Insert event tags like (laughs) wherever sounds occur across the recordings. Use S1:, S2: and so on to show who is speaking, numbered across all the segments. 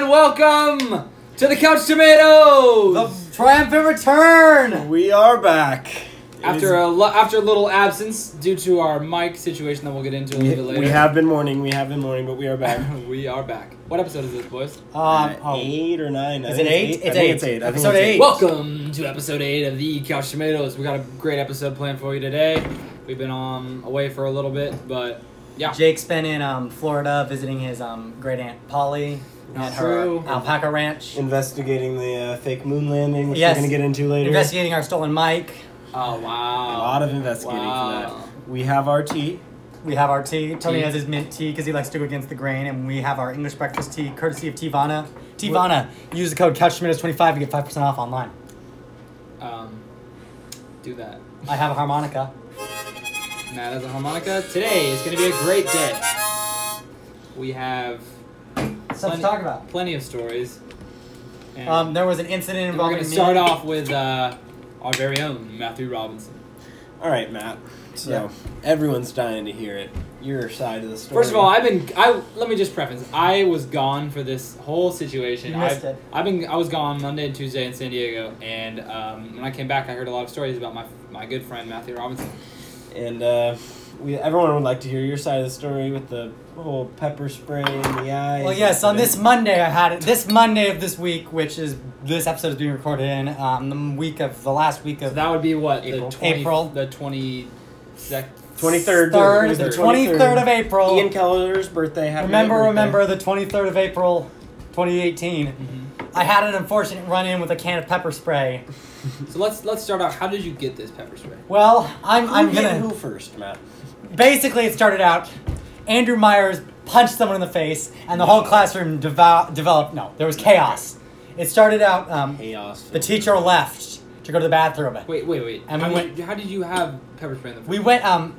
S1: welcome to the Couch Tomatoes.
S2: The triumphant return.
S3: We are back. It
S1: after
S3: is-
S1: a lo- after a little absence due to our mic situation that we'll get into a little bit later.
S3: we have been mourning, we have been mourning, but we are
S2: (laughs)
S3: back.
S1: (laughs) we are back. What episode is this, boys?
S2: Um,
S3: Uh,
S2: oh,
S3: eight or nine? I
S2: Is
S3: think
S2: it eight?
S3: I
S2: It's
S3: think
S2: eight.
S3: It's eight. I think
S2: Episode
S3: it's
S2: eight.
S1: Welcome to episode eight of the Couch Tomatoes. We got a great episode planned for you today. We've been um away for a little bit, but yeah,
S2: Jake's been in um, Florida visiting his um, great aunt Polly at
S1: True.
S2: her alpaca ranch,
S3: Investigating the uh, fake moon landing, which
S2: Yes.
S3: we're going to get into later.
S2: investigating our stolen mic.
S1: oh wow,
S3: a lot of investigating
S1: Wow.
S3: for that. We have our tea.
S2: We have our tea. Tony
S1: Tea.
S2: has his mint tea because he likes to go against the grain, and we have our English breakfast tea, courtesy of Tivana. Tivana, use the code CouchTomatoes25 to get five percent off online.
S1: Um, do that.
S2: I have a harmonica.
S1: Matt as a harmonica. Today is going to be a great day. We have
S2: Stuff to talk about.
S1: plenty of stories. And
S2: Um, there was an
S1: we're
S2: incident
S1: going
S2: involving
S1: to
S2: me-
S1: start off with uh, our very own Matthew Robinson.
S3: All right, Matt. So
S2: Yeah.
S3: everyone's dying to hear it. Your side of the story.
S1: First of all, I've been. I let me just preface. I was gone for this whole situation.
S2: You
S1: I've,
S2: missed it.
S1: I've been. I was gone Monday and Tuesday in San Diego, and um, when I came back, I heard a lot of stories about my my good friend Matthew Robinson.
S3: and uh, we everyone would like to hear your side of the story with the whole pepper spray in the eyes.
S2: Well, yes, on
S3: incident.
S2: this Monday I had it. This Monday of this week, which is this episode is being recorded in um, the week of the last week
S1: So
S2: of
S1: that would be what
S3: April.
S1: the 20,
S2: April.
S1: the twenty second.
S3: 23rd.
S2: third, the
S3: 23rd.
S2: 23rd of April.
S3: Ian Keller's birthday. Happy
S2: remember,
S3: birthday.
S2: remember the 23rd of April, 2018. I had an unfortunate run-in with a can of pepper spray.
S1: So let's let's start out. How did you get this pepper spray?
S2: Well, I'm
S3: Who
S2: I'm
S3: hit
S2: gonna
S3: who first, Matt?
S2: basically it started out andrew myers punched someone in the face and the whole classroom devou- developed no there was chaos it started out um,
S3: Chaos.
S2: the teacher left to go to the bathroom
S1: Wait, wait, wait.
S2: And
S1: how,
S2: we
S1: did
S2: went-
S1: you, how did you have pepper spray in the
S2: we went um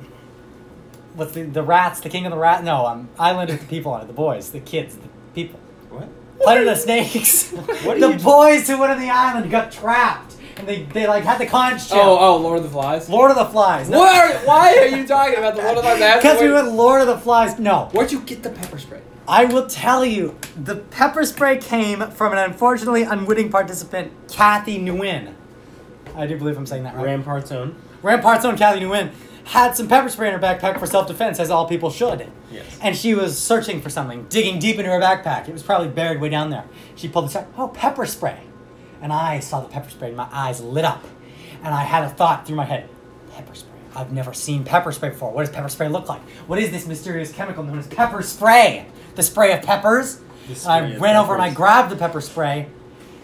S2: what's the, the rats the king of the rat no um, island with the people on it the boys the kids the people
S3: What?
S2: Planet of the Snakes.
S3: are
S2: (laughs) the
S3: you-
S2: boys who went on the island got trapped, and they, they like had the conch shell.
S1: Oh, oh, Lord of the Flies.
S2: Lord of the Flies. No,
S1: What? Are, why are you talking about the Lord of the Flies?
S2: (laughs)
S1: I have to
S2: Because we
S1: wait-
S2: went Lord of the Flies. No,
S1: Where'd you get the pepper spray?
S2: I will tell you, the pepper spray came from an unfortunately unwitting participant, Kathy Nguyen. I do believe I'm saying that right.
S3: Rampart's own.
S2: Rampart's own Kathy Nguyen had some pepper spray in her backpack for self defense, as all people should.
S3: Yes.
S2: And she was searching for something, digging deep into her backpack. It was probably buried way down there. She pulled this out. Oh, pepper spray. And I saw the pepper spray, and my eyes lit up. And I had a thought through my head pepper spray. I've never seen pepper spray before. What does pepper spray look like? What is this mysterious chemical known as pepper spray? The spray of peppers?
S3: The
S2: And I
S3: spray of
S2: ran over and I
S3: peppers.
S2: grabbed the pepper spray.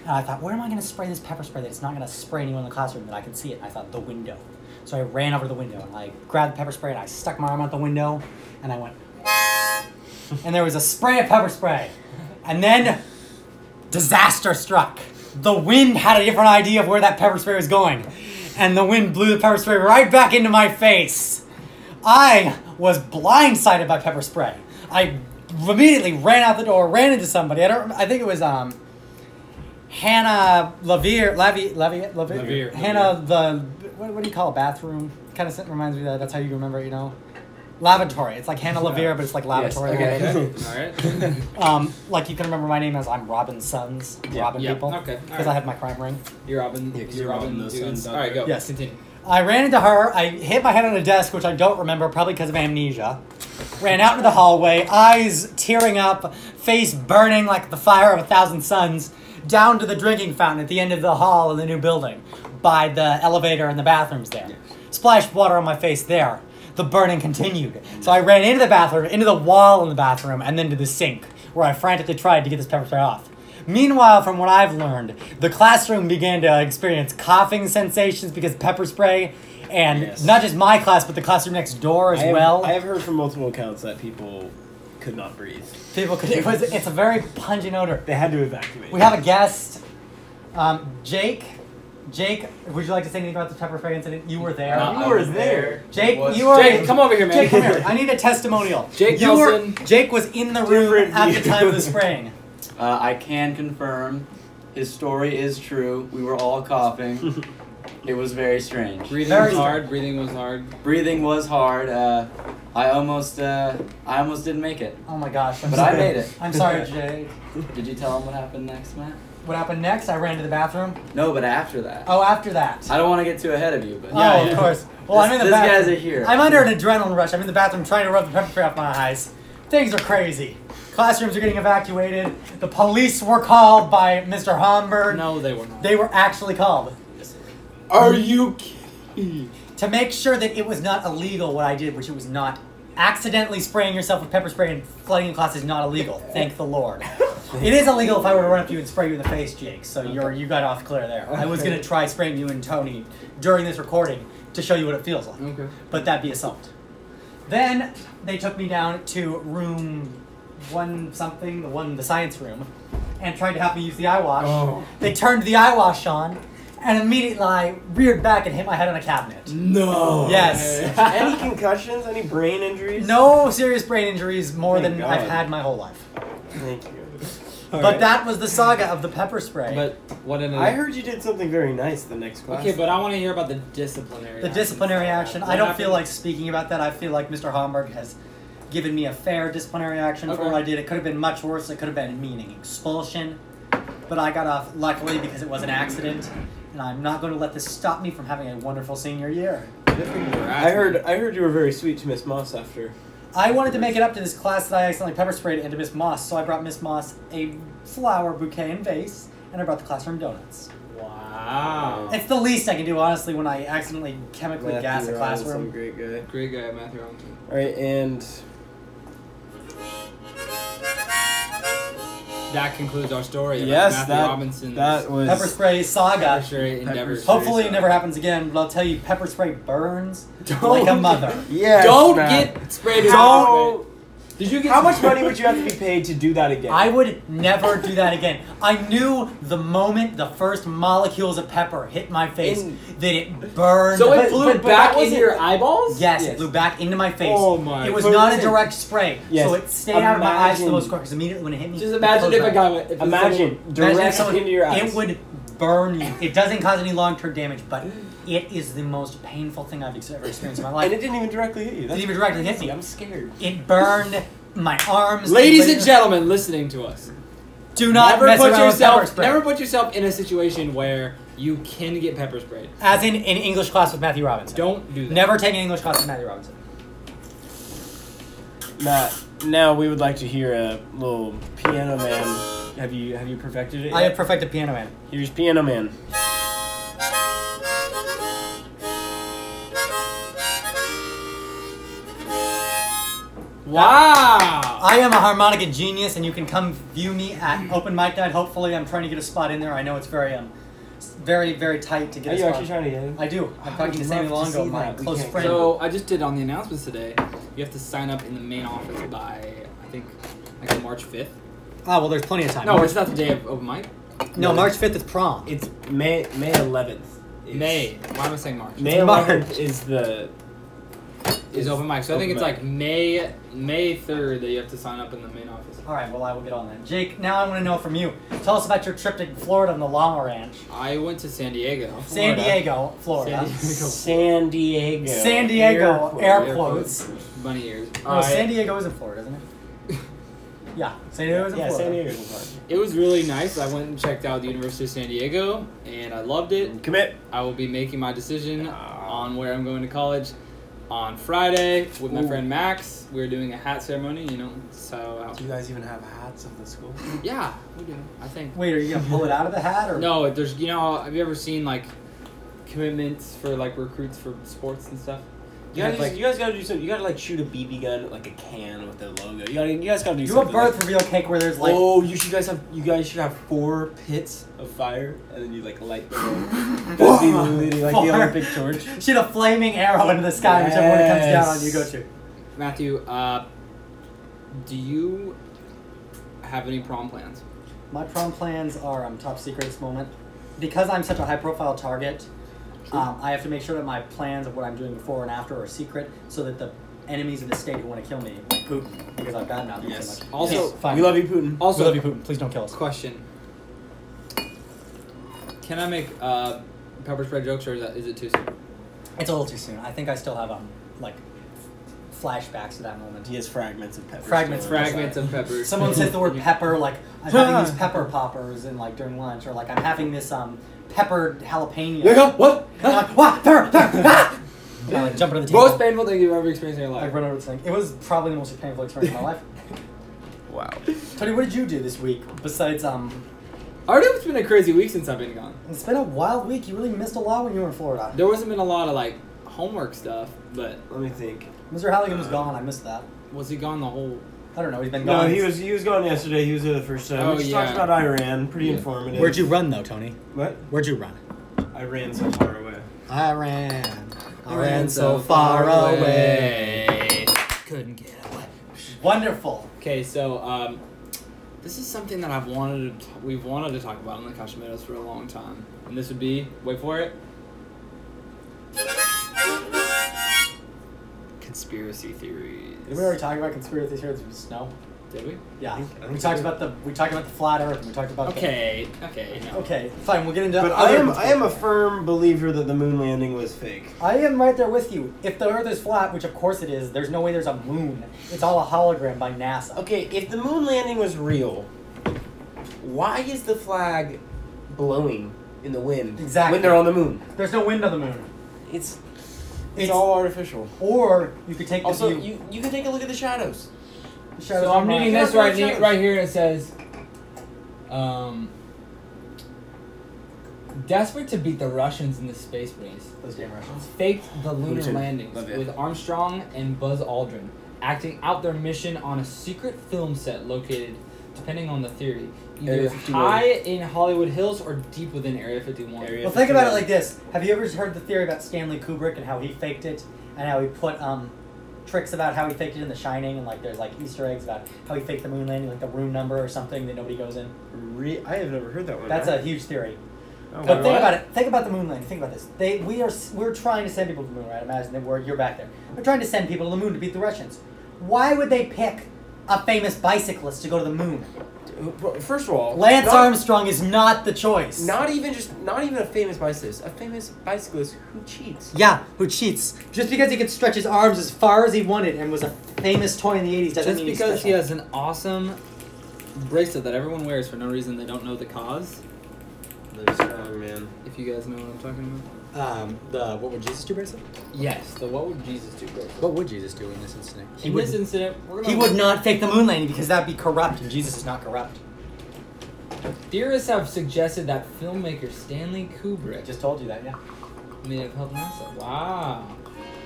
S2: And I thought, where am I going to spray this pepper spray that it's not going to spray anyone in the classroom that I can see it? And I thought, the window. So I ran over to the window and I grabbed the pepper spray and I stuck my arm out the window and I went. (laughs) and there was a spray of pepper spray. And then disaster struck. The wind had a different idea of where that pepper spray was going. And the wind blew the pepper spray right back into my face. I was blindsided by pepper spray. I immediately ran out the door, ran into somebody. I don't. I think it was um, Hannah Lavier, Lavier, Lavier, Lavier.
S1: Lavier.
S2: Hannah the what, what do you call a bathroom? Kind of reminds me of that. That's how you remember, it, you know, lavatory. It's like Hannah Lavier, but it's like lavatory.
S3: okay.
S1: All right.
S2: Um, like you can remember my name as I'm Robin Sons,
S3: Yeah,
S2: Robin
S1: yeah,
S2: people,
S1: okay,
S2: because
S1: alright.
S2: I have my crime ring.
S1: You're Robin.
S3: Yeah, 'cause
S1: you're
S3: you're Robin
S1: Robin.
S3: the
S1: dudes.
S3: Sun
S1: All right, go.
S2: Yes.
S1: Continue.
S2: I ran into her. I hit my head on a desk, which I don't remember, probably because of amnesia. Ran out into the hallway, eyes tearing up, face burning like the fire of a thousand suns, down to the drinking fountain at the end of the hall in the new building, by the elevator and the bathrooms there. Splashed water on my face there. The burning continued. So I ran into the bathroom, into the wall in the bathroom, and then to the sink, where I frantically tried to get this pepper spray off. Meanwhile, from what I've learned, the classroom began to experience coughing sensations because pepper spray, and
S3: Yes.
S2: not just my class, but the classroom next door (laughs) as
S3: I have,
S2: well.
S3: I have heard from multiple accounts that people could not breathe.
S2: People could, it was, it's a very pungent odor.
S3: They had to evacuate.
S2: We have a guest, um, Jake. Jake, would you like to say anything about the pepper spray incident? You were there.
S1: No, I
S3: you were there.
S2: Jake,
S4: Was-
S2: you were.
S1: Jake, come over here, man.
S2: Jake, come here. I need a testimonial.
S1: Jake
S2: you
S1: Nelson.
S2: Were, Jake was in the room
S3: Different
S2: at the
S3: view.
S2: time of the spraying.
S4: Uh, I can confirm his story is true. We were
S2: (laughs)
S4: all coughing. it was very strange.
S1: Breathing
S2: Very
S1: was hard. Breathing was hard.
S4: Breathing was hard. Uh, I almost, uh, I almost didn't make it.
S2: Oh my gosh. I'm
S4: But
S2: sorry.
S4: I
S2: (laughs)
S4: made it.
S2: I'm sorry, Jake.
S4: Did you tell him what happened next, Matt?
S2: What happened next? I ran to the bathroom.
S4: No, but after that.
S2: Oh, after that.
S4: I don't want to get too ahead of you, but
S2: oh,
S3: Yeah,
S2: of
S3: yeah.
S2: course. Well,
S4: this,
S2: I'm in the
S4: this
S2: bathroom.
S4: guy's a hero.
S2: I'm under an adrenaline rush. I'm in the bathroom trying to rub the pepper spray off my eyes. Things are crazy. Classrooms are getting evacuated. The police were called by Mr. Homburg.
S1: No, they were not.
S2: They were actually called
S1: (laughs)
S3: Are you kidding?
S2: to make sure that it was not illegal what I did, which it was not. Accidentally spraying yourself with pepper spray and flooding in class is not illegal. Thank the Lord. it is illegal if I were to run up to you and spray you in the face, Jake. So you're you got off clear there. I was gonna try spraying you and Tony during this recording to show you what it feels like.
S1: Okay.
S2: but that'd be assault. Then they took me down to room one something, the one the science room, and tried to have me use the eye wash.
S3: Oh.
S2: They turned the eye wash on, and immediately I reared back and hit my head on a cabinet.
S3: No.
S1: (laughs)
S2: Yes.
S3: Oh. (laughs) any concussions? Any brain injuries?
S2: No serious brain injuries, more
S3: Thank
S2: than
S3: God.
S2: I've had my whole life.
S3: Thank you.
S2: but that was the saga of the pepper spray.
S1: But what ended?
S3: I heard you did something very nice the next
S1: (laughs)
S3: class.
S1: Okay, but I want to hear about the disciplinary.
S2: the
S1: actions.
S2: disciplinary action. I
S1: What
S2: don't
S1: happened?
S2: feel like speaking about that. I feel like Mr. Homburg has given me a fair disciplinary action for
S1: Okay.
S2: what I did. It could have been much worse. It could have been meaning expulsion, but I got off luckily because it was an accident, and I'm not going to let this stop me from having a wonderful senior year.
S1: Good for you for
S3: I
S1: asking.
S3: heard I heard you were very sweet to Miss Moss after.
S2: I wanted to make it up to this class that I accidentally pepper sprayed into Miss Moss, so I brought Miss Moss a flower bouquet and vase, and I brought the classroom donuts.
S1: Wow.
S2: It's the least I can do, honestly, when I accidentally chemically
S3: Matthew
S2: gas a
S3: Rollins,
S2: classroom.
S3: some great guy.
S1: Great guy, Matthew Arlington.
S3: All right, and
S1: That concludes our story. about
S3: yes,
S1: Matthew
S3: that
S1: Robinson's
S3: that was
S2: Pepper spray saga.
S1: pepper spray endeavors.
S3: spray.
S2: Hopefully, it
S3: so.
S2: never happens again. But I'll tell you, pepper spray
S1: (laughs)
S2: burns
S1: Don't-
S2: like a
S1: (laughs)
S2: mother.
S3: Yes,
S1: Don't
S3: Matt.
S1: get sprayed. with
S3: Don't.
S1: pepper spray. Did you get?
S3: How much money would you have to be paid to do that again?
S2: I would never do that again. I knew the moment the first molecules of pepper hit my face
S3: In-
S2: that it burned.
S1: So
S3: But-
S1: it flew
S3: but- but that
S1: back into
S3: wasn't-
S1: your eyeballs.
S2: yes,
S3: Yes.
S2: it blew back into my face.
S1: Oh my
S2: It was
S3: But
S2: not a
S3: listen.
S2: direct spray,
S3: Yes.
S2: so it stayed out of my eyes for the
S3: Imagine-
S2: most part. Because immediately when it hit me,
S1: Just
S2: it
S1: imagine
S2: closed
S1: if
S2: my
S1: a guy went. If
S3: Imagine
S2: Imagine if
S3: direct
S2: someone-
S3: into your eyes.
S2: It would burn you. It doesn't cause any long-term damage, but it is the most painful thing I've ex- ever experienced in my life.
S3: and it didn't even directly hit you.
S2: It
S3: That's
S2: didn't even directly hit me.
S3: I'm scared.
S2: It burned my arms.
S1: Ladies
S2: But-
S1: and gentlemen, listening to us,
S2: do not
S1: never
S2: mess
S1: put
S2: around with pepper
S1: yourself
S2: spray.
S1: never put yourself in a situation where you can get pepper sprayed.
S2: As in in English class with Matthew Robinson.
S1: Don't do that.
S2: never take an English class with Matthew Robinson.
S3: Matt, now we would like to hear a little piano man. Have you have you perfected it?
S2: I
S3: yet?
S2: have perfected piano man.
S3: Here's piano man.
S1: Wow.
S2: I am a harmonica genius, and you can come view me at open mic night. Hopefully, I'm trying to get a spot in there. I know it's very um, s- very very tight to
S3: Are
S2: get. a
S3: you
S2: spot.
S3: actually trying to get it?
S2: I do. I'm
S3: I
S2: talking to
S3: would
S2: Sammy
S3: love to
S2: Longo,
S3: see
S2: my
S3: that. We
S2: close
S3: can't
S2: friend.
S1: So I just did on the announcements today. You have to sign up in the main office by I think like March fifth.
S2: ah, well, there's plenty of time.
S1: No, it's not the day of open mic.
S2: no, March 5th is prom.
S3: It's May May 11th. is-
S1: May. Why am I saying March?
S3: May
S2: It's
S3: 11th
S2: March.
S3: is the
S1: is open mic. So I think
S3: open
S1: it's
S3: mic.
S1: like May May third that you have to sign up in the main office.
S2: All right, well, I will get on that. Jake, now I want to know from you. Tell us about your trip to Florida on the Llama Ranch.
S1: I went to San Diego.
S2: San
S3: Florida.
S2: Diego, Florida.
S1: San
S3: San Diego.
S2: San Diego,
S3: Airport.
S2: air quotes.
S1: Bunny ears.
S2: No,
S1: I-
S2: San Diego is in Florida, isn't it?
S3: (laughs)
S2: yeah, San Diego is in
S3: Yeah,
S2: Florida.
S3: San Diego's in
S1: It was really nice. I went and checked out the University of San Diego, and I loved it.
S3: Florida. Commit.
S1: I will be making my decision
S3: Ah.
S1: on where I'm going to college on Friday with my
S3: Ooh.
S1: friend Max. We're doing a hat ceremony, you know. So
S3: Do you guys even have hats of the school?
S1: yeah, we do. I think.
S2: Wait, are you gonna pull it out of the hat or?
S1: No, there's you know. Have you ever seen like commitments for like recruits for sports and stuff?
S3: You
S1: And
S3: guys,
S1: it's like
S3: you guys gotta do something. You gotta like shoot a BB gun at, like a can with the logo. You gotta, you guys gotta do,
S2: Do a
S3: something.
S2: birth
S3: like-
S2: reveal cake where there's (laughs) like.
S3: oh, you should guys have. You guys should have four pits of fire, and then you like light (gasps) them. That'd be literally like the
S2: Four.
S3: Olympic torch.
S2: Shoot a flaming arrow into the sky, whichever one it comes down on, you go
S3: Yes.
S2: shoot.
S1: Matthew, uh, do you have any prom plans?
S2: My prom plans are um, top secret at this moment. Because I'm such a high profile target, um, I have to make sure that my plans of what I'm doing before and after are secret so that the enemies of the state who want to kill me, like Putin, because I've gotten out
S3: Yes.
S2: so much.
S1: Also-
S2: Yes, fine.
S3: we love you, Putin.
S1: Also,
S2: we love you, Putin. Please don't kill
S1: (laughs)
S2: us.
S1: question. Can I make uh, pepper spread jokes, or is, that, is it too soon?
S2: It's a little too soon. I think I still have um like flashbacks to that moment.
S3: He has fragments of pepper.
S2: Fragments,
S3: still in his
S1: Fragments of pepper. (laughs)
S2: Someone says the word pepper, like I'm having these pepper poppers, and like during lunch, or like I'm having this um peppered jalapeno.
S1: There you go. What?
S2: And I'm like, "Wah, pepper, pepper, ah!" And I, like, jump under the
S1: (laughs)
S2: table.
S1: Most painful thing you've ever experienced in your
S2: I
S1: life.
S2: run over this thing. It was probably the most painful experience of my life.
S3: Wow.
S2: Tony, what did you do this week besides um?
S1: Already, it's been a crazy week since I've been gone.
S2: It's been a wild week. You really missed a lot when you were in Florida.
S1: There wasn't been a lot of like homework stuff, but
S3: Let me think.
S2: Mr. Halligan was gone. I missed that.
S1: was he gone the whole?
S2: I don't know. He's been
S3: No,
S2: gone.
S3: he was he was gone yesterday. He was there the first time.
S1: Oh,
S3: we just
S1: yeah.
S3: talked about Iran. Pretty
S1: Yeah.
S3: informative.
S2: Where'd you run though, Tony?
S3: What?
S2: Where'd you run?
S3: I ran so far away.
S2: I ran. I Couldn't get away. Wonderful.
S1: Okay, so um, this is something that I've wanted to t- we've wanted to talk about on the Cashmeros for a long time, and this would be wait for it. Conspiracy theories.
S2: Did we already talk about conspiracy theories with snow?
S1: Did we?
S2: Yeah.
S3: I think- I
S2: we
S3: think
S2: talked
S3: so.
S2: about the we talked about the flat Earth. and We talked about the-
S1: Okay. Okay. No.
S2: okay, fine. We'll get into.
S3: But I
S2: other
S3: am I am a
S2: conspiracy
S3: firm believer that the moon landing was fake.
S2: theories. I am right there with you. If the Earth is flat, which of course it is, there's no way there's a moon. It's all a hologram by NASA.
S3: Okay, if the moon landing was real, why is the flag blowing in the wind
S2: Exactly.
S3: when they're on the moon?
S2: There's no wind on the moon.
S3: It's it's,
S2: It's-
S3: all artificial.
S2: Or you could take the
S3: Also,
S2: view.
S3: you you can take a look at the shadows.
S2: the shadows
S1: So
S2: on
S1: I'm reading
S2: Mars.
S1: this right here, right here, and it says, um, "Desperate to beat the Russians in the space race,
S2: Those damn Russians.
S1: faked the lunar
S3: Putin.
S1: landings
S3: Love it.
S1: with Armstrong and Buzz Aldrin acting out their mission on a secret film set located, depending on the theory, either
S3: Area 51.
S1: high in Hollywood Hills or deep within Area 51."
S3: Area-
S2: Well, think about it like this. Have you ever heard the theory about Stanley Kubrick and how he faked it, and how he put um, tricks about how he faked it in The Shining, and like there's like Easter eggs about how he faked the moon landing, like the room number or something that nobody goes in.
S3: Re- I have never heard that one.
S2: That's a huge theory.
S3: Oh,
S2: But
S3: wow.
S2: think about it. Think about the moon landing. Think about this. They we are s- we're trying to send people to the moon, right? Imagine that we're you're back there. We're trying to send people to the moon to beat the Russians. Why would they pick a famous bicyclist to go to the moon?
S3: Well, First of all,
S2: Lance
S3: not,
S2: Armstrong is not the choice.
S3: Not even just not even a famous bicyclist, a famous bicyclist who cheats.
S2: Yeah, who cheats. Just because he could stretch his arms as far as he wanted and was a famous toy in the 80s doesn't
S1: Just
S2: mean he's
S1: because he
S2: special.
S1: has an awesome bracelet that everyone wears for no reason, they don't know the cause.
S3: They're strong, man.
S1: If you guys know what I'm talking about.
S2: Um, the What Would Jesus Do bracelet?
S1: Yes. The what would Jesus do? bracelet.
S2: What would Jesus do in this incident? He,
S1: in
S2: would,
S1: this incident, we're gonna
S2: he would not fake the moon landing because that'd be corrupt, and Jesus is not corrupt.
S1: Theorists have suggested that filmmaker Stanley Kubrick
S2: just told you that, yeah.
S1: may have helped NASA. Wow.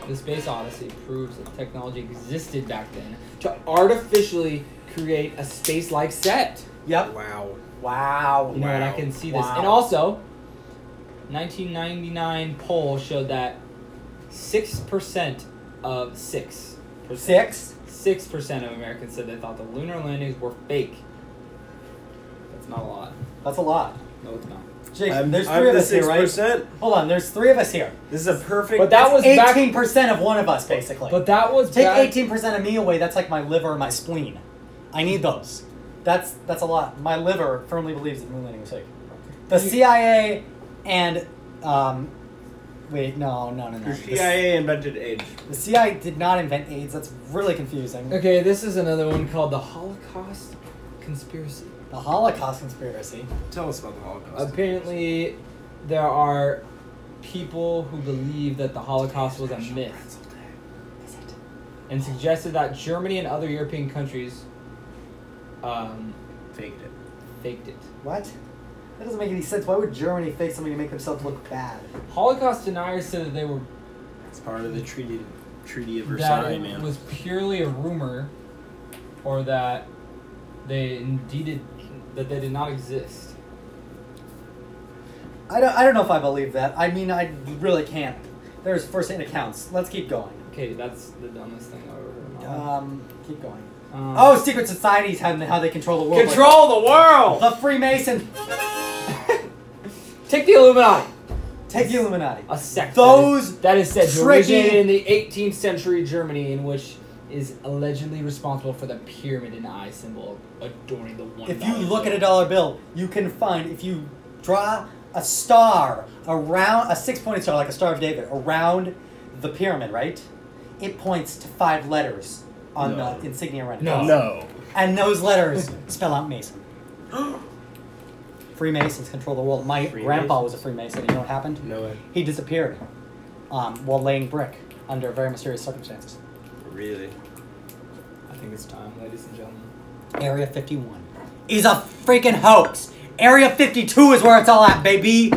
S1: The Space Odyssey proves that technology existed back then to artificially create a space like set.
S2: Yep.
S3: Wow.
S2: Wow.
S1: You know what? I
S3: Wow.
S1: can see this.
S2: Wow.
S1: And also, 1999 poll showed that 6% of 6.
S2: Six?
S1: 6% of Americans said they thought the lunar landings were fake. That's not a lot.
S2: That's a lot.
S1: No, it's not.
S2: Jake,
S3: I'm-
S2: there's 3
S3: Um, I'm
S2: of
S3: the
S2: us here, right?
S3: 6%.
S2: Hold on, there's three of us here.
S3: This is a perfect.
S1: But that was back.
S2: 18% of one of us, basically.
S1: But that was
S2: Take
S1: back-
S2: eighteen percent of me away. That's like my liver and my spleen. I need those. That's that's a lot. My liver firmly believes that the moon landing was fake. The
S1: You-
S2: CIA and um, wait, no, no, no, no.
S3: Your
S2: The,
S3: CIA invented age.
S2: the CIA did not invent AIDS. That's really confusing.
S1: Okay, this is another one called the Holocaust conspiracy.
S2: The Holocaust conspiracy.
S3: Tell us about the Holocaust.
S1: Apparently, there are people who believe that the Holocaust was a myth and suggested that Germany and other European countries um,
S3: Faked it.
S1: faked it.
S2: What? That doesn't make any sense. Why would Germany fake something to make themselves look bad?
S1: Holocaust deniers said that they were
S3: It's part of the treaty, treaty of
S1: that
S3: Versailles,
S1: it
S3: man.
S1: was purely a rumor, or that they indeed did- that they did not exist.
S2: I don't. I don't know if I believe that. I mean, I really can't. There's first-hand accounts. Let's keep going.
S1: Okay, that's the dumbest thing I've ever heard.
S2: Um, keep going.
S1: Um,
S2: Oh, secret societies how how they control the world.
S3: Control the world.
S2: the Freemason.
S1: Take the Illuminati.
S2: Take the Illuminati.
S1: A sect.
S2: Those
S1: that is, that is said to
S2: tricky-
S1: originated in the 18th century Germany, in which is allegedly responsible for the pyramid and eye symbol adorning the one.
S2: If you look at a dollar bill, you can find if you draw a star around a six-pointed star like a Star of David around the pyramid, right? it points to five letters on
S5: No.
S2: the insignia right
S1: No.
S5: No.
S2: And those letters (laughs) spell out Mason. (gasps) Freemasons control the world. My grandpa was a Freemason. You know what happened?
S3: No way.
S2: He disappeared um, while laying brick under very mysterious circumstances.
S5: Really?
S1: I think it's time, ladies and gentlemen.
S2: Area 51 is a freaking hoax. Area 52 is where it's all at, baby.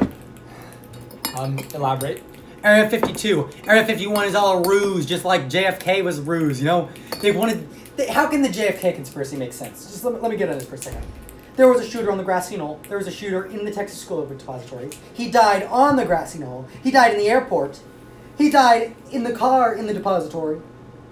S1: Um, elaborate.
S2: Area 52. Area 51 is all a ruse, just like JFK was a ruse, you know? They wanted. They, how can the JFK conspiracy make sense? Just let me, let me get at this for a second. There was a shooter on the grassy knoll. There was a shooter in the Texas School Repository. He died on the grassy knoll. He died in the airport. He died in the car in the depository.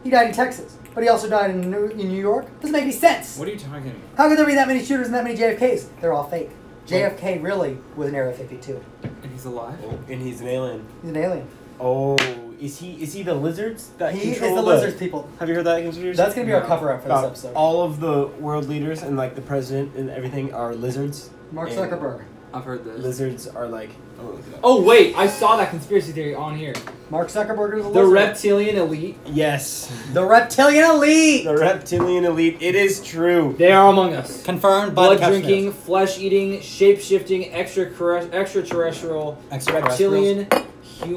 S2: He died in Texas. But he also died in New, in New York. Doesn't make any sense.
S1: What are you talking about?
S2: How could there be that many shooters and that many JFKs? They're all fake. JFK really was an Area 52.
S1: And he's alive?
S3: and he's an alien.
S2: He's an alien.
S3: Oh, is he? Is he the lizards that
S2: He is
S3: control
S2: the lizards people.
S3: Have you heard that conspiracy?
S2: That's gonna be our
S1: No.
S2: cover up for this
S3: About
S2: episode.
S3: All of the world leaders and like the president and everything are lizards.
S2: Mark
S3: and
S2: Zuckerberg.
S1: I've heard this.
S3: Lizards are like. I'm gonna look it up.
S1: Oh wait, I saw that conspiracy theory on here.
S2: Mark Zuckerberg is a
S1: The
S2: lizard.
S1: reptilian elite.
S3: Yes,
S2: (laughs) the reptilian elite.
S3: the reptilian elite. It is true.
S1: They are among us.
S2: Confirmed by
S1: Blood
S2: the Couch
S1: drinking,
S2: Natives.
S1: flesh eating, shape shifting, extraterrestrial,
S2: Extraterrestrials.
S1: reptilian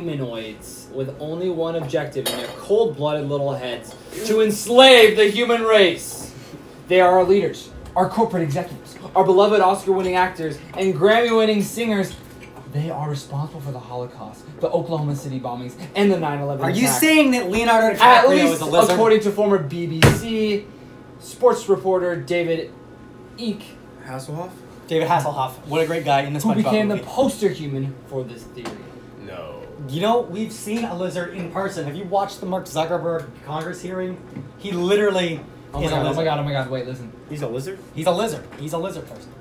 S1: humanoids with only one objective in their cold blooded little heads to enslave the human race. They are our leaders, our corporate executives, our beloved Oscar winning actors, and Grammy winning singers. They are responsible for the Holocaust, the Oklahoma City bombings, and the 9 11
S2: Are you saying that Leonardo
S1: At
S2: DiCaprio is
S1: least
S2: a lizard?
S1: according to former BBC sports reporter David Eek,
S5: Hasselhoff?
S2: David Hasselhoff. What a great guy in this
S1: who
S2: SpongeBob
S1: became the
S2: movie.
S1: poster human for this theory.
S5: No.
S2: You know, we've seen a lizard in person. Have you watched the Mark Zuckerberg Congress hearing? He literally
S1: Oh my
S2: is
S1: god,
S2: a
S1: oh
S2: lizard.
S1: my god, oh my god, wait, listen.
S3: He's a lizard.
S2: He's a lizard. He's a lizard person.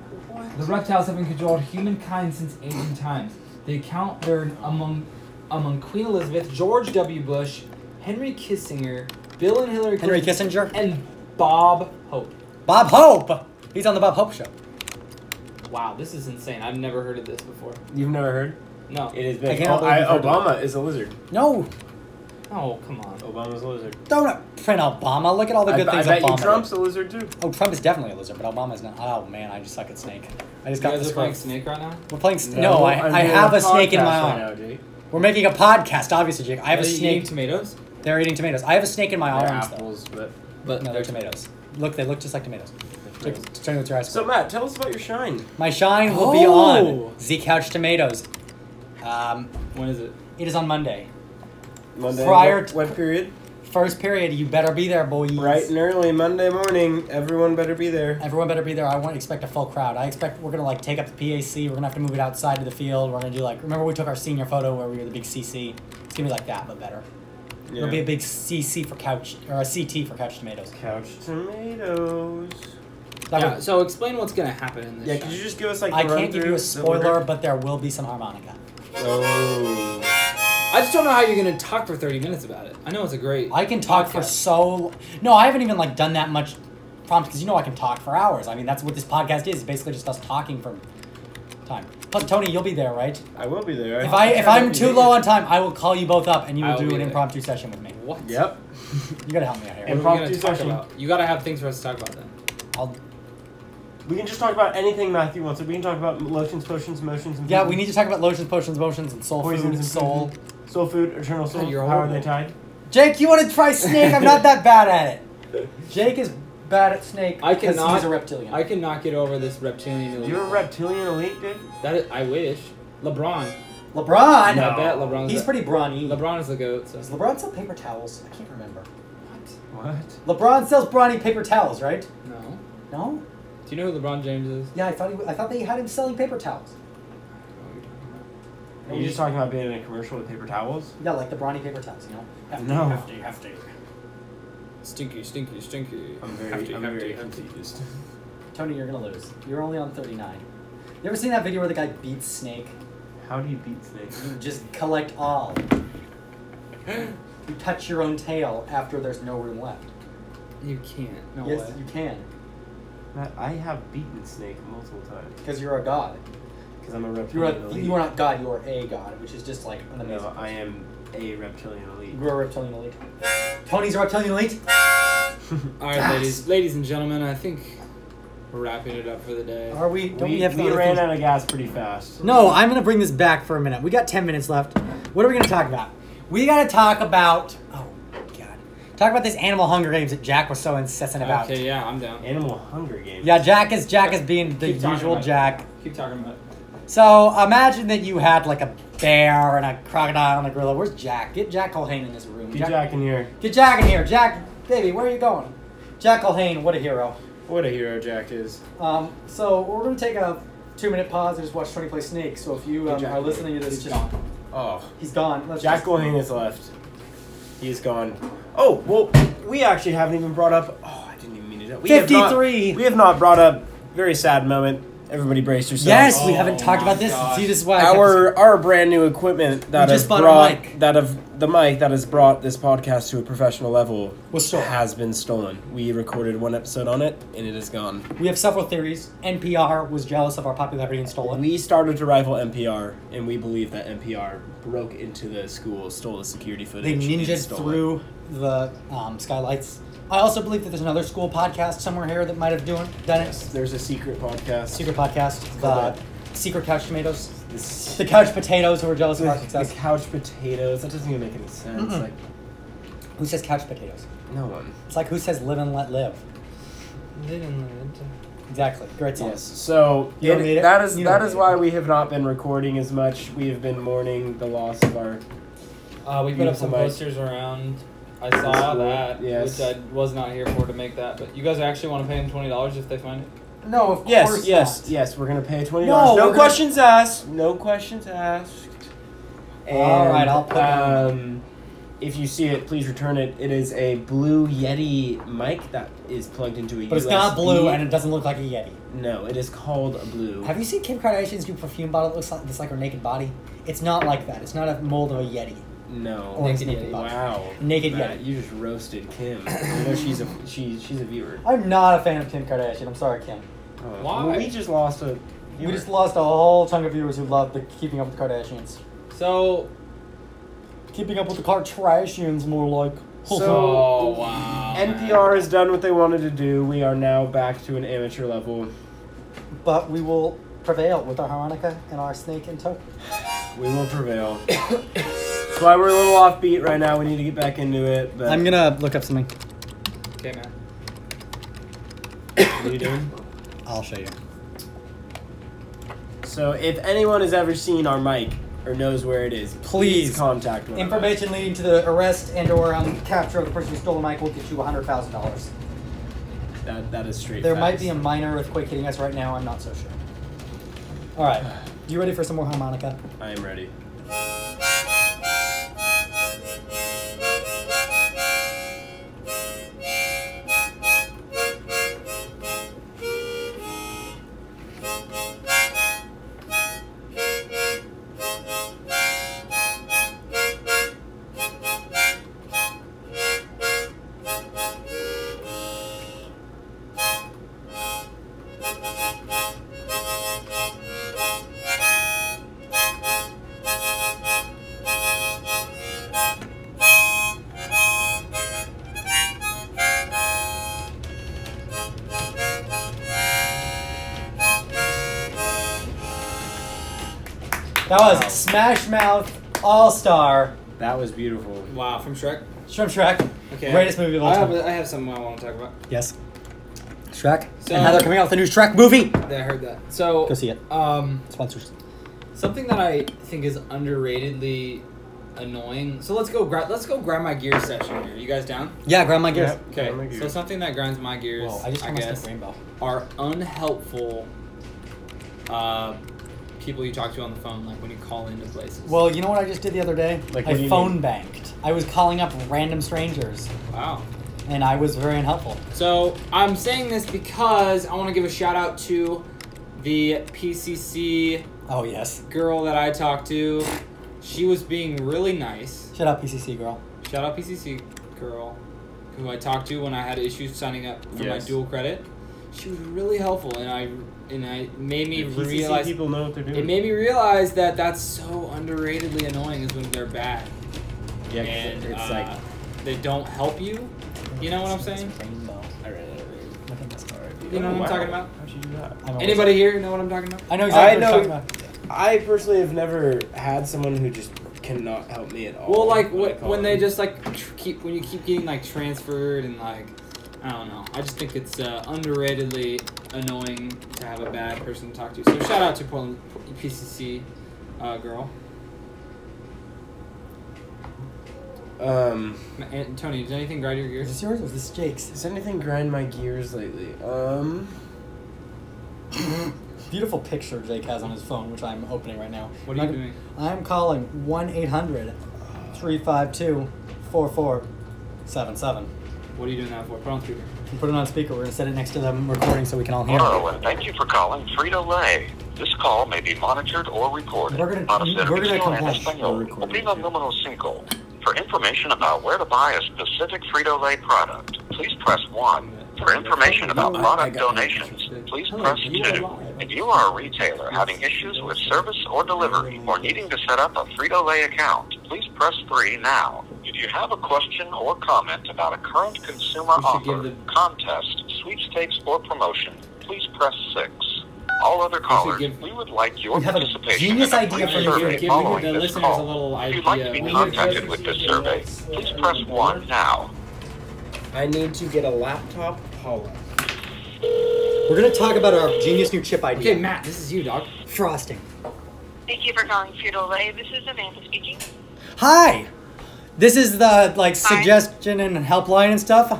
S1: The reptiles have been controlled humankind since ancient times. They count their among among Queen Elizabeth, George W. Bush, Henry Kissinger, Bill and Hillary
S2: Henry
S1: Clinton,
S2: Kissinger.
S1: and Bob Hope.
S2: Bob Hope. He's on the Bob Hope show.
S1: Wow, this is insane. I've never heard of this before.
S3: You've never heard?
S1: No.
S3: It is
S2: I
S3: big.
S2: can't
S3: Oh, I-
S2: believe you've heard
S3: Obama is a lizard.
S2: No,
S1: Oh, come on.
S3: Obama's a lizard.
S2: don't print Obama. Look at all the good
S3: I,
S2: things
S3: I bet
S2: Obama.
S3: you
S2: did.
S3: Trump's a lizard too.
S2: Oh, Trump is definitely a lizard, but Obama's not. Oh man, I just suck at snake. I just
S1: You
S2: got
S1: guys
S2: this
S1: are playing
S2: right.
S1: Snake right now?
S2: We're playing. Sn- no, I, I have a snake in my arm. We're making a podcast, obviously, Jake. I have
S1: Are
S2: a
S1: they
S2: snake.
S1: eating tomatoes?
S2: they're eating tomatoes. I have a snake in my
S3: They're
S2: arm. though.
S3: apples, but
S1: But
S2: No, they're tomatoes. Look, they look just like tomatoes. Jake, turn with your eyes.
S3: So Matt, tell us about your shine.
S2: my shine will be
S3: Oh.
S2: on Z Couch Tomatoes. Um,
S1: When is it?
S2: it is on Monday.
S3: Monday.
S2: Prior
S3: what,
S2: to-
S3: what period?
S2: First period. You better be there, boys.
S3: Bright and early Monday morning. Everyone better be there.
S2: Everyone better be there. I won't expect a full crowd. I expect we're gonna like take up the PAC. We're gonna have to move it outside to the field. We're gonna do like remember we took our senior photo where we were the big CC. It's gonna be like that, but better. It'll be a big CC for couch or a CT for couch tomatoes.
S3: Couch tomatoes.
S2: That
S1: Yeah,
S2: would-
S1: so explain what's gonna happen in this.
S3: Yeah,
S1: shot.
S3: could you just give us like? The
S2: I can't give you a
S3: run-through?
S2: spoiler, but there will be some harmonica.
S3: Oh.
S1: I just don't know how you're gonna talk for 30 minutes about it. I know it's a great.
S2: I can talk for
S1: podcast.
S2: so. l- No, I haven't even like done that much prompt because you know I can talk for hours. I mean that's what this podcast is. It's basically just us talking for time. Plus, Tony, you'll be there, right?
S3: I will be there.
S2: If I if
S1: sure I'll
S2: I'm
S1: be
S2: too
S1: there.
S2: low on time, I will call you both up and you will
S1: I'll
S2: do
S1: be
S2: an
S1: there.
S2: impromptu session with me.
S1: What?
S3: Yep.
S2: You gotta help me out here.
S1: What are we
S3: Impromptu
S1: gonna talk
S3: session.
S1: about? You gotta have things for us to talk about then.
S2: I'll,
S3: We can just talk about anything Matthew wants. We can talk about lotions, potions, motions. And
S2: yeah,
S3: food.
S2: we need to talk about lotions, potions, motions, and soul
S3: Poisons
S2: food,
S3: and
S2: soul.
S3: soul food, eternal soul.
S1: you're
S3: How are
S1: horrible.
S3: they tied?
S2: Jake, you want to try snake? I'm not that bad at it. Jake is bad at snake.
S1: I
S2: 'cause
S1: cannot-
S2: He's a reptilian.
S1: I cannot get over this reptilian elite.
S3: You're a reptilian elite, dude.
S1: That is, I wish. LeBron.
S2: LeBron.
S1: I bet LeBron's.
S2: He's
S1: the-
S2: pretty brawny.
S1: LeBron is the goat. So.
S2: Does LeBron sell paper towels? I can't remember.
S3: What?
S2: LeBron sells brawny paper towels, right?
S1: No.
S2: No.
S1: Do you know who LeBron James is? Oh,
S2: Yeah, I thought he, I thought they had him selling paper towels.
S3: Are you just talking about being in a commercial with paper towels?
S2: Yeah, like the brawny paper towels, you know. Hefty,
S3: No.
S2: Hefty, hefty.
S1: Stinky, stinky, stinky.
S3: I'm very,
S1: Hefty,
S3: I'm
S1: hefty,
S3: very
S1: hefty.
S3: confused.
S2: Tony, you're gonna lose. You're only on 39. You ever seen that video where the guy beats Snake?
S3: How do you beat snakes?
S2: You just collect all. You touch your own tail after there's no room left.
S1: You can't. No
S2: yes,
S1: way.
S2: you can,
S3: Matt, I have beaten snake multiple times
S2: because you're a god.
S3: because I'm a
S2: You're
S3: reptilian
S2: a,
S3: elite.
S2: you are not god. You are a god, which is just like an amazing.
S3: No, I am a reptilian elite.
S2: You are a reptilian elite. Ponies are reptilian elite.
S1: All right, ladies, ladies and gentlemen, I think we're wrapping it up for the day.
S2: Are we? Don't we,
S3: we,
S2: have
S3: we
S2: other
S3: ran
S2: things-
S3: out of gas pretty fast.
S2: No, I'm gonna bring this back for a minute. We got ten minutes left. What are we gonna talk about? We gotta talk about oh god, talk about this Animal Hunger Games that Jack was so incessant about.
S1: Okay, yeah, I'm down.
S3: Animal Hunger Games.
S2: Yeah, Jack is Jack is being the
S1: Keep talking
S2: usual
S1: about it.
S2: Jack.
S1: Keep talking about. It.
S2: So imagine that you had like a bear and a crocodile and a gorilla. Where's Jack? Get Jack Colhane in this room.
S3: Get Jack in here.
S2: Get Jack in here. Jack, baby, where are you going? Jack Colhane, what a hero.
S3: What a hero Jack is.
S2: Um, so we're gonna take a two minute pause and just watch Tony play Snake. So if you um,
S1: Jack
S2: are listening to this,
S1: He's
S2: just
S1: gone.
S5: Oh.
S2: he's gone. Let's
S3: Jack
S2: just-
S3: Gohan is left. He's gone. Oh, well, we actually haven't even brought up. Oh, I didn't even mean to. do that. We have not-
S2: 53.
S3: we have not brought up. Very sad moment. Everybody brace yourselves. Oh,
S2: Yes, we
S1: Oh
S2: haven't talked
S1: my
S2: about this.
S1: gosh.
S2: See, this is why I kept-
S3: Our our brand new equipment that
S2: We just
S3: have
S2: bought a
S3: brought
S2: mic.
S3: that have the mic that has brought this podcast to a professional level
S2: Was stolen.
S3: has been stolen. We recorded one episode on it and it is gone.
S2: we have several theories. NPR was jealous of our popularity and stole it.
S3: We started to rival NPR, and we believe that NPR broke into the school, stole the security
S2: They
S3: footage. and
S2: ninja
S3: stole
S2: through the um, skylights. I also believe that there's another school podcast somewhere here that might have doing done
S3: it.
S2: it.
S3: There's a secret podcast.
S2: Secret podcast,
S3: Correct.
S2: the Secret Couch Tomatoes,
S3: This-
S2: the Couch Potatoes who were jealous (laughs) of our
S3: (laughs) the, the
S2: success.
S3: couch potatoes. That doesn't even make any sense.
S2: Mm-mm.
S3: Like
S2: Who says Couch Potatoes?
S3: no one.
S2: It's like who says Live and Let Live. Exactly. Great song.
S3: Yes. So
S2: You don't
S3: it-
S2: need it?
S3: that is
S2: You don't
S3: that
S2: need
S3: is
S2: it.
S3: why we have not been recording as much. We have been mourning the loss of our
S1: Uh, we put up some
S3: Beautiful mic.
S1: posters around. I saw
S3: This
S1: that,
S3: one, yes.
S1: which I was not here for to make that. But you guys actually want to pay him twenty dollars if they find it?
S2: No, of
S3: Yes,
S2: course
S3: yes,
S2: not.
S3: yes. We're gonna pay twenty
S2: No,
S3: dollars.
S2: we're
S3: No,
S2: gonna-
S3: questions asked. No questions asked.
S2: All right, I'll put it on.
S3: Um, if you see it, please return it. It is a blue Yeti mic that is plugged into a.
S2: But it's
S3: USB.
S2: not blue and it doesn't look like a Yeti.
S3: no, it is called a blue.
S2: Have you seen Kim Kardashian's new perfume bottle that looks like, that's like her naked body? It's not like that. It's not a mold of a Yeti.
S3: no.
S2: Or it's
S1: Naked
S2: naked
S1: Yeti.
S2: body.
S3: wow.
S2: Naked
S3: Matt,
S2: Yeti.
S3: You just roasted
S2: (coughs)
S3: Kim. you know she's a she, she's a viewer.
S2: I'm not a fan of Kim Kardashian. I'm sorry, Kim.
S3: Oh,
S1: Why?
S3: well, we just lost a.
S2: We
S3: viewer.
S2: just lost a whole chunk of viewers who love the Keeping Up with the Kardashians.
S1: So,
S2: Keeping Up with the Kardashians, more like.
S3: So-
S1: oh wow.
S3: NPR has done what they wanted to do. We are now back to an amateur level.
S2: but we will prevail with our harmonica and our snake and toe.
S3: We will
S1: (coughs)
S3: prevail. That's why we're a little offbeat right now. We need to get back into it. But
S2: I'm gonna look up something.
S1: Okay, man.
S3: What are you doing?
S2: I'll show you.
S3: So if anyone has ever seen our mic or knows where it is, please,
S2: Please.
S3: contact one. of us.
S2: Information leading to the arrest and/or um, capture of the person who stole the mic will get you $100,000.
S3: That that is straight.
S2: There might
S3: facts.
S2: be a minor earthquake hitting us right now. I'm not so sure. All right, you ready for some more harmonica?
S3: I am ready.
S2: That was
S3: Wow.
S2: Smash Mouth All Star
S3: That was beautiful.
S1: Wow, from Shrek.
S2: Shrimp Shrek.
S1: Okay.
S2: Greatest movie of all
S1: I have,
S2: time.
S1: I have something I want to talk about.
S2: Yes. Shrek.
S1: So-
S2: and how they're coming out with a new Shrek movie.
S1: I heard that. So
S2: Go see it.
S1: Um,
S2: Sponsors.
S1: something that I think is underratedly annoying. So let's go grab. Let's go grab my gear session here. You guys down?
S2: Yeah, grab my gears.
S1: Okay.
S3: Grab my gear.
S1: So something that grinds my gears.
S2: Whoa, I just almost
S1: guess
S2: hit rainbow.
S1: are unhelpful uh, people you talk to on the phone, like when you call into places.
S2: Well, you know what I just did the other day?
S3: Like, what do
S2: I
S3: you
S2: phone
S3: mean?
S2: banked. I was calling up random strangers,
S1: wow.
S2: and I was very unhelpful.
S1: So I'm saying this because I want to give a shout out to the PCC
S2: Oh yes.
S1: girl that I talked to. She was being really nice.
S2: Shut up, PCC girl.
S1: Shout out PCC girl, who I talked to when I had issues signing up for my
S3: Yes.
S1: dual credit. She was really helpful, and I and I made me
S3: The PCC
S1: realize
S3: people know what they're doing.
S1: It made me realize that that's so underratedly annoying is when they're bad.
S3: yeah, 'cause
S1: and,
S3: it's
S1: uh,
S3: like
S1: they don't help you. You know what I'm saying?
S2: Rainbow.
S3: I read it earlier.
S2: Look at this.
S1: You know what I'm talking about?
S3: How'd you do that?
S2: I'm always-
S1: Anybody here know what I'm talking about?
S2: I know exactly
S3: I
S2: what you're
S3: know-
S2: talking about.
S3: I personally have never had someone who just cannot help me at all.
S1: Well, like
S3: when I
S1: what,
S3: call
S1: when they
S3: them.
S1: just like tr- keep when you keep getting like transferred and like I don't know. I just think it's uh, underratedly annoying to have a bad person to talk to. So shout out to Portland PCC uh, girl,
S3: um.
S1: Ma- Antonio. Did anything grind your
S2: Is
S1: gears?
S2: this yours or is this Jake's?
S3: Does anything grind my gears lately? Um.
S2: Beautiful picture Jake has on his phone, which I'm opening right now.
S1: What are you doing?
S2: I'm calling 1 800 352 4477.
S1: What are you doing that for? Put on speaker.
S2: Put it on speaker. We're going to set it next to the recording so we can all hear
S6: Hello,
S2: it.
S6: and thank you for calling Frito-Lay. This call may be monitored or recorded.
S2: We're gonna-
S6: Para
S2: we're
S6: servicio
S2: gonna
S6: en
S2: complain.
S6: español,
S3: We're recording,
S6: oprima
S3: too.
S6: número cinco. For information about where to buy a specific Frito-Lay product, please press 1. For information about
S3: I- I
S6: product
S3: got my
S6: donations,
S3: pictures.
S6: please
S2: Hello,
S6: press
S2: you are
S6: 2.
S2: live.
S6: If you are a retailer having issues with service or delivery or needing to set up a Frito-Lay account, please press 3 now. If you have a question or comment about a current consumer
S1: We should give
S6: offer,
S1: the-
S6: contest, sweepstakes, or promotion, please press 6. All other callers,
S1: give-
S6: we would like your
S2: We have a
S6: participation in
S2: genius
S6: a
S2: idea
S6: brief
S1: Give-
S2: for the
S1: give-
S6: survey
S2: survey.
S1: give
S6: following
S1: the
S6: this
S1: listeners a
S6: call.
S1: little
S6: If
S1: idea.
S6: you'd like to be
S1: We-
S6: contacted with this survey, please press 1 now.
S3: I need to get a laptop Paula.
S2: We're going to talk about our genius new chip idea.
S1: Okay, Matt, this is you, dog.
S2: Frosting.
S7: Thank you for calling Feudal Lay. This is Amanda speaking.
S2: Hi! This is the like
S7: Hi.
S2: suggestion and helpline and stuff.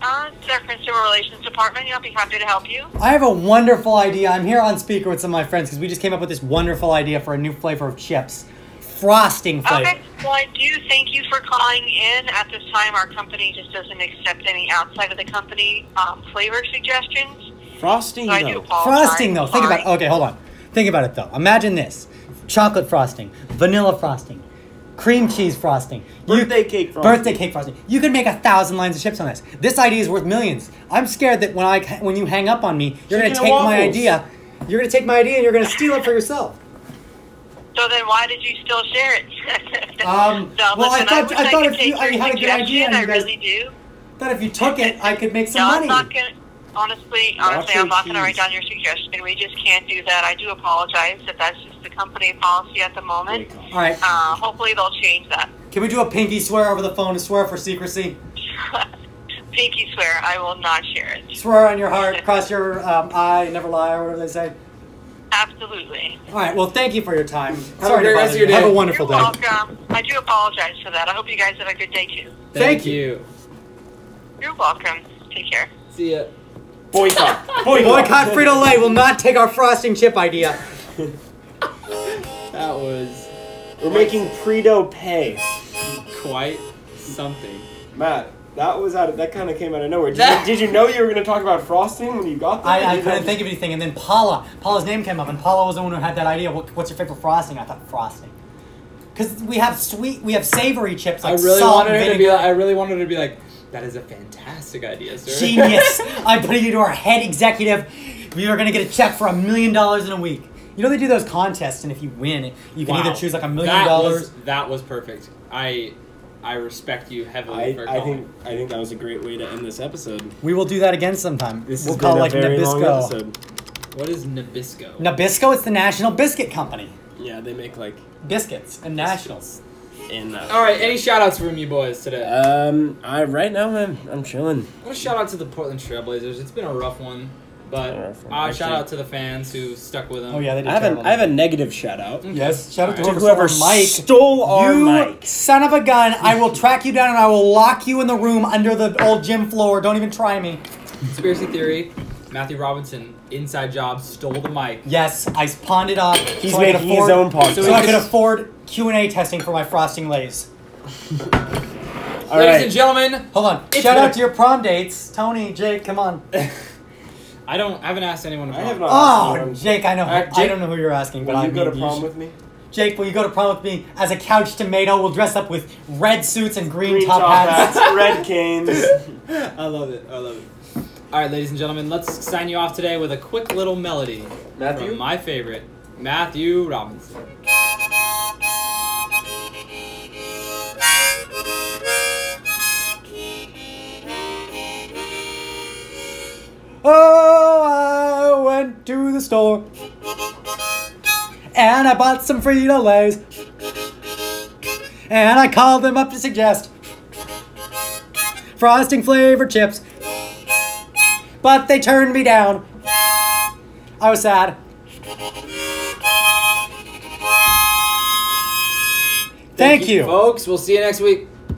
S7: Uh, it's our Consumer Relations Department. I'll be happy to help you.
S2: I have a wonderful idea. I'm here on speaker with some of my friends because we just came up with this wonderful idea for a new flavor of chips. Frosting flavor.
S7: Okay. Well, I do thank you for calling in. At this time, our company just doesn't accept any outside of the company um, flavor suggestions.
S3: Frosting
S7: So I do
S3: though.
S7: apologize.
S2: Frosting though, think about okay, hold on. Think about it though. Imagine this. Chocolate frosting, vanilla frosting, cream cheese frosting. You-
S3: Birthday cake frosting.
S2: Birthday cake frosting. You could make a thousand lines of chips on this. This idea is worth millions. I'm scared that when I when you hang up on me, you're
S3: Chicken and
S2: gonna take my
S3: waffles.
S2: idea. You're gonna take my idea and you're gonna steal it for yourself.
S7: So then, why did you still share it? (laughs)
S2: Um,
S7: so,
S2: well, I
S7: listen,
S2: thought-
S7: wish
S2: I thought
S7: could
S2: if you-
S7: take
S2: I
S7: your
S2: had a good idea
S7: suggestion.
S2: and
S7: I
S2: you guys-
S7: really do.
S2: That if you took it, I could make some
S7: no,
S2: money.
S7: I'm not gonna. Honestly, honestly,
S3: your
S7: I'm not gonna
S3: cheese.
S7: write down your suggestion. We just can't do that. I do apologize that that's just the company policy at the moment.
S2: All right.
S7: Uh, hopefully, they'll change that. (laughs)
S2: Can we do a pinky swear over the phone? A swear for secrecy.
S7: Pinky swear, I will not share it.
S2: Swear on your heart, cross your um, eye, never lie, or whatever they say.
S7: Absolutely.
S2: All right. Well, thank you for your time. Have
S1: a great rest of your day.
S2: Have a wonderful
S7: You're
S2: day.
S7: welcome. I do apologize for that. I hope you guys have a good day too.
S2: Thank you.
S1: you.
S7: You're welcome. Take care.
S1: See ya.
S3: Boycott.
S2: Boycott Frito Lay will not take our frosting chip idea.
S1: That was
S3: We're making Predo pay.
S1: quite something.
S3: Matt, that was out. Of, that kind of came out of nowhere. Did you, did you know you were going to talk about frosting when you got there?
S2: I,
S1: (laughs)
S2: I
S3: Did you
S2: couldn't
S3: know-
S2: think of anything, and then Paula, Paula's name came up, and Paula was the one who had that idea. What, what's your favorite frosting? I thought frosting, because we have sweet, we have savory chips like
S1: I really
S2: salt
S1: wanted
S2: and
S1: her to
S2: vinegar.
S1: be like. I really wanted her to be like. That is a fantastic idea, sir. (laughs)
S2: Genius! I'm putting you to our head executive. We are gonna get a check for a million dollars in a week. You know they do those contests, and if you win, you can
S1: Wow.
S2: either choose like a million
S1: That
S2: dollars.
S1: was- That was perfect. I I respect you heavily
S3: I,
S1: for
S3: I
S1: calling.
S3: think I think that was a great way to end this episode.
S2: We will do that again sometime.
S3: This
S2: we'll
S3: has
S2: call
S3: been
S2: like
S3: a very long
S2: Nabisco.
S3: episode.
S1: What is Nabisco?
S2: Nabisco. It's the National Biscuit Company.
S3: Yeah, they make like
S2: Biscuits and Nationals.
S3: in. Uh,
S1: All right, any shout outs from you boys today?
S3: um, I right now I'm I'm chilling.
S1: I want to shout out to the Portland Trailblazers. It's been a rough one, but
S3: A rough one.
S1: uh, shout
S3: Actually-
S1: out to the fans who stuck with them.
S2: Oh yeah, they
S3: I
S2: did.
S3: have
S2: terrible.
S3: a I have a negative shout out.
S2: Yes. Shout out to
S1: To
S3: whoever
S2: whoever, stole our mic.
S3: stole our
S2: you
S3: mic.
S2: son of a gun! I will track you down and I will lock you in the room under the old gym floor. Don't even try me.
S1: Conspiracy theory. Matthew Robinson, inside job, stole the mic.
S2: Yes, I pawned it off.
S3: He's
S2: so I could
S3: making his
S2: afford-
S3: own podcast.
S2: So I could afford Q and A testing for my frosting lays.
S3: All
S1: Ladies
S3: right.
S1: and gentlemen, (laughs)
S2: Hold on.
S1: It's
S2: Shout
S1: been
S2: out
S1: a-
S2: to your prom dates, Tony, Jake. Come on.
S3: Uh,
S1: I don't. I haven't asked anyone.
S3: I have
S1: about-
S3: not. asked
S2: Oh,
S3: anyone.
S2: Jake, I know.
S1: Uh,
S2: I
S1: Jake-
S2: don't know who you're asking, but
S3: Will
S2: I
S3: you go to
S2: mean,
S3: prom
S2: should-
S3: with me?
S2: Jake, will you go to prom with me as a couch tomato? We'll dress up with red suits and green,
S3: Green
S2: top, hats.
S3: red
S2: (laughs)
S3: canes.
S1: I love it. I love it. All right, ladies and gentlemen, let's sign you off today with a quick little melody
S3: Matthew?
S1: from my favorite, Matthew Robinson.
S7: Bye.
S2: Oh, I went to the store and I bought some Frito Lays and I called them up to suggest frosting flavored chips, but they turned me down. I was sad. Thank you.
S8: folks. We'll see you next week.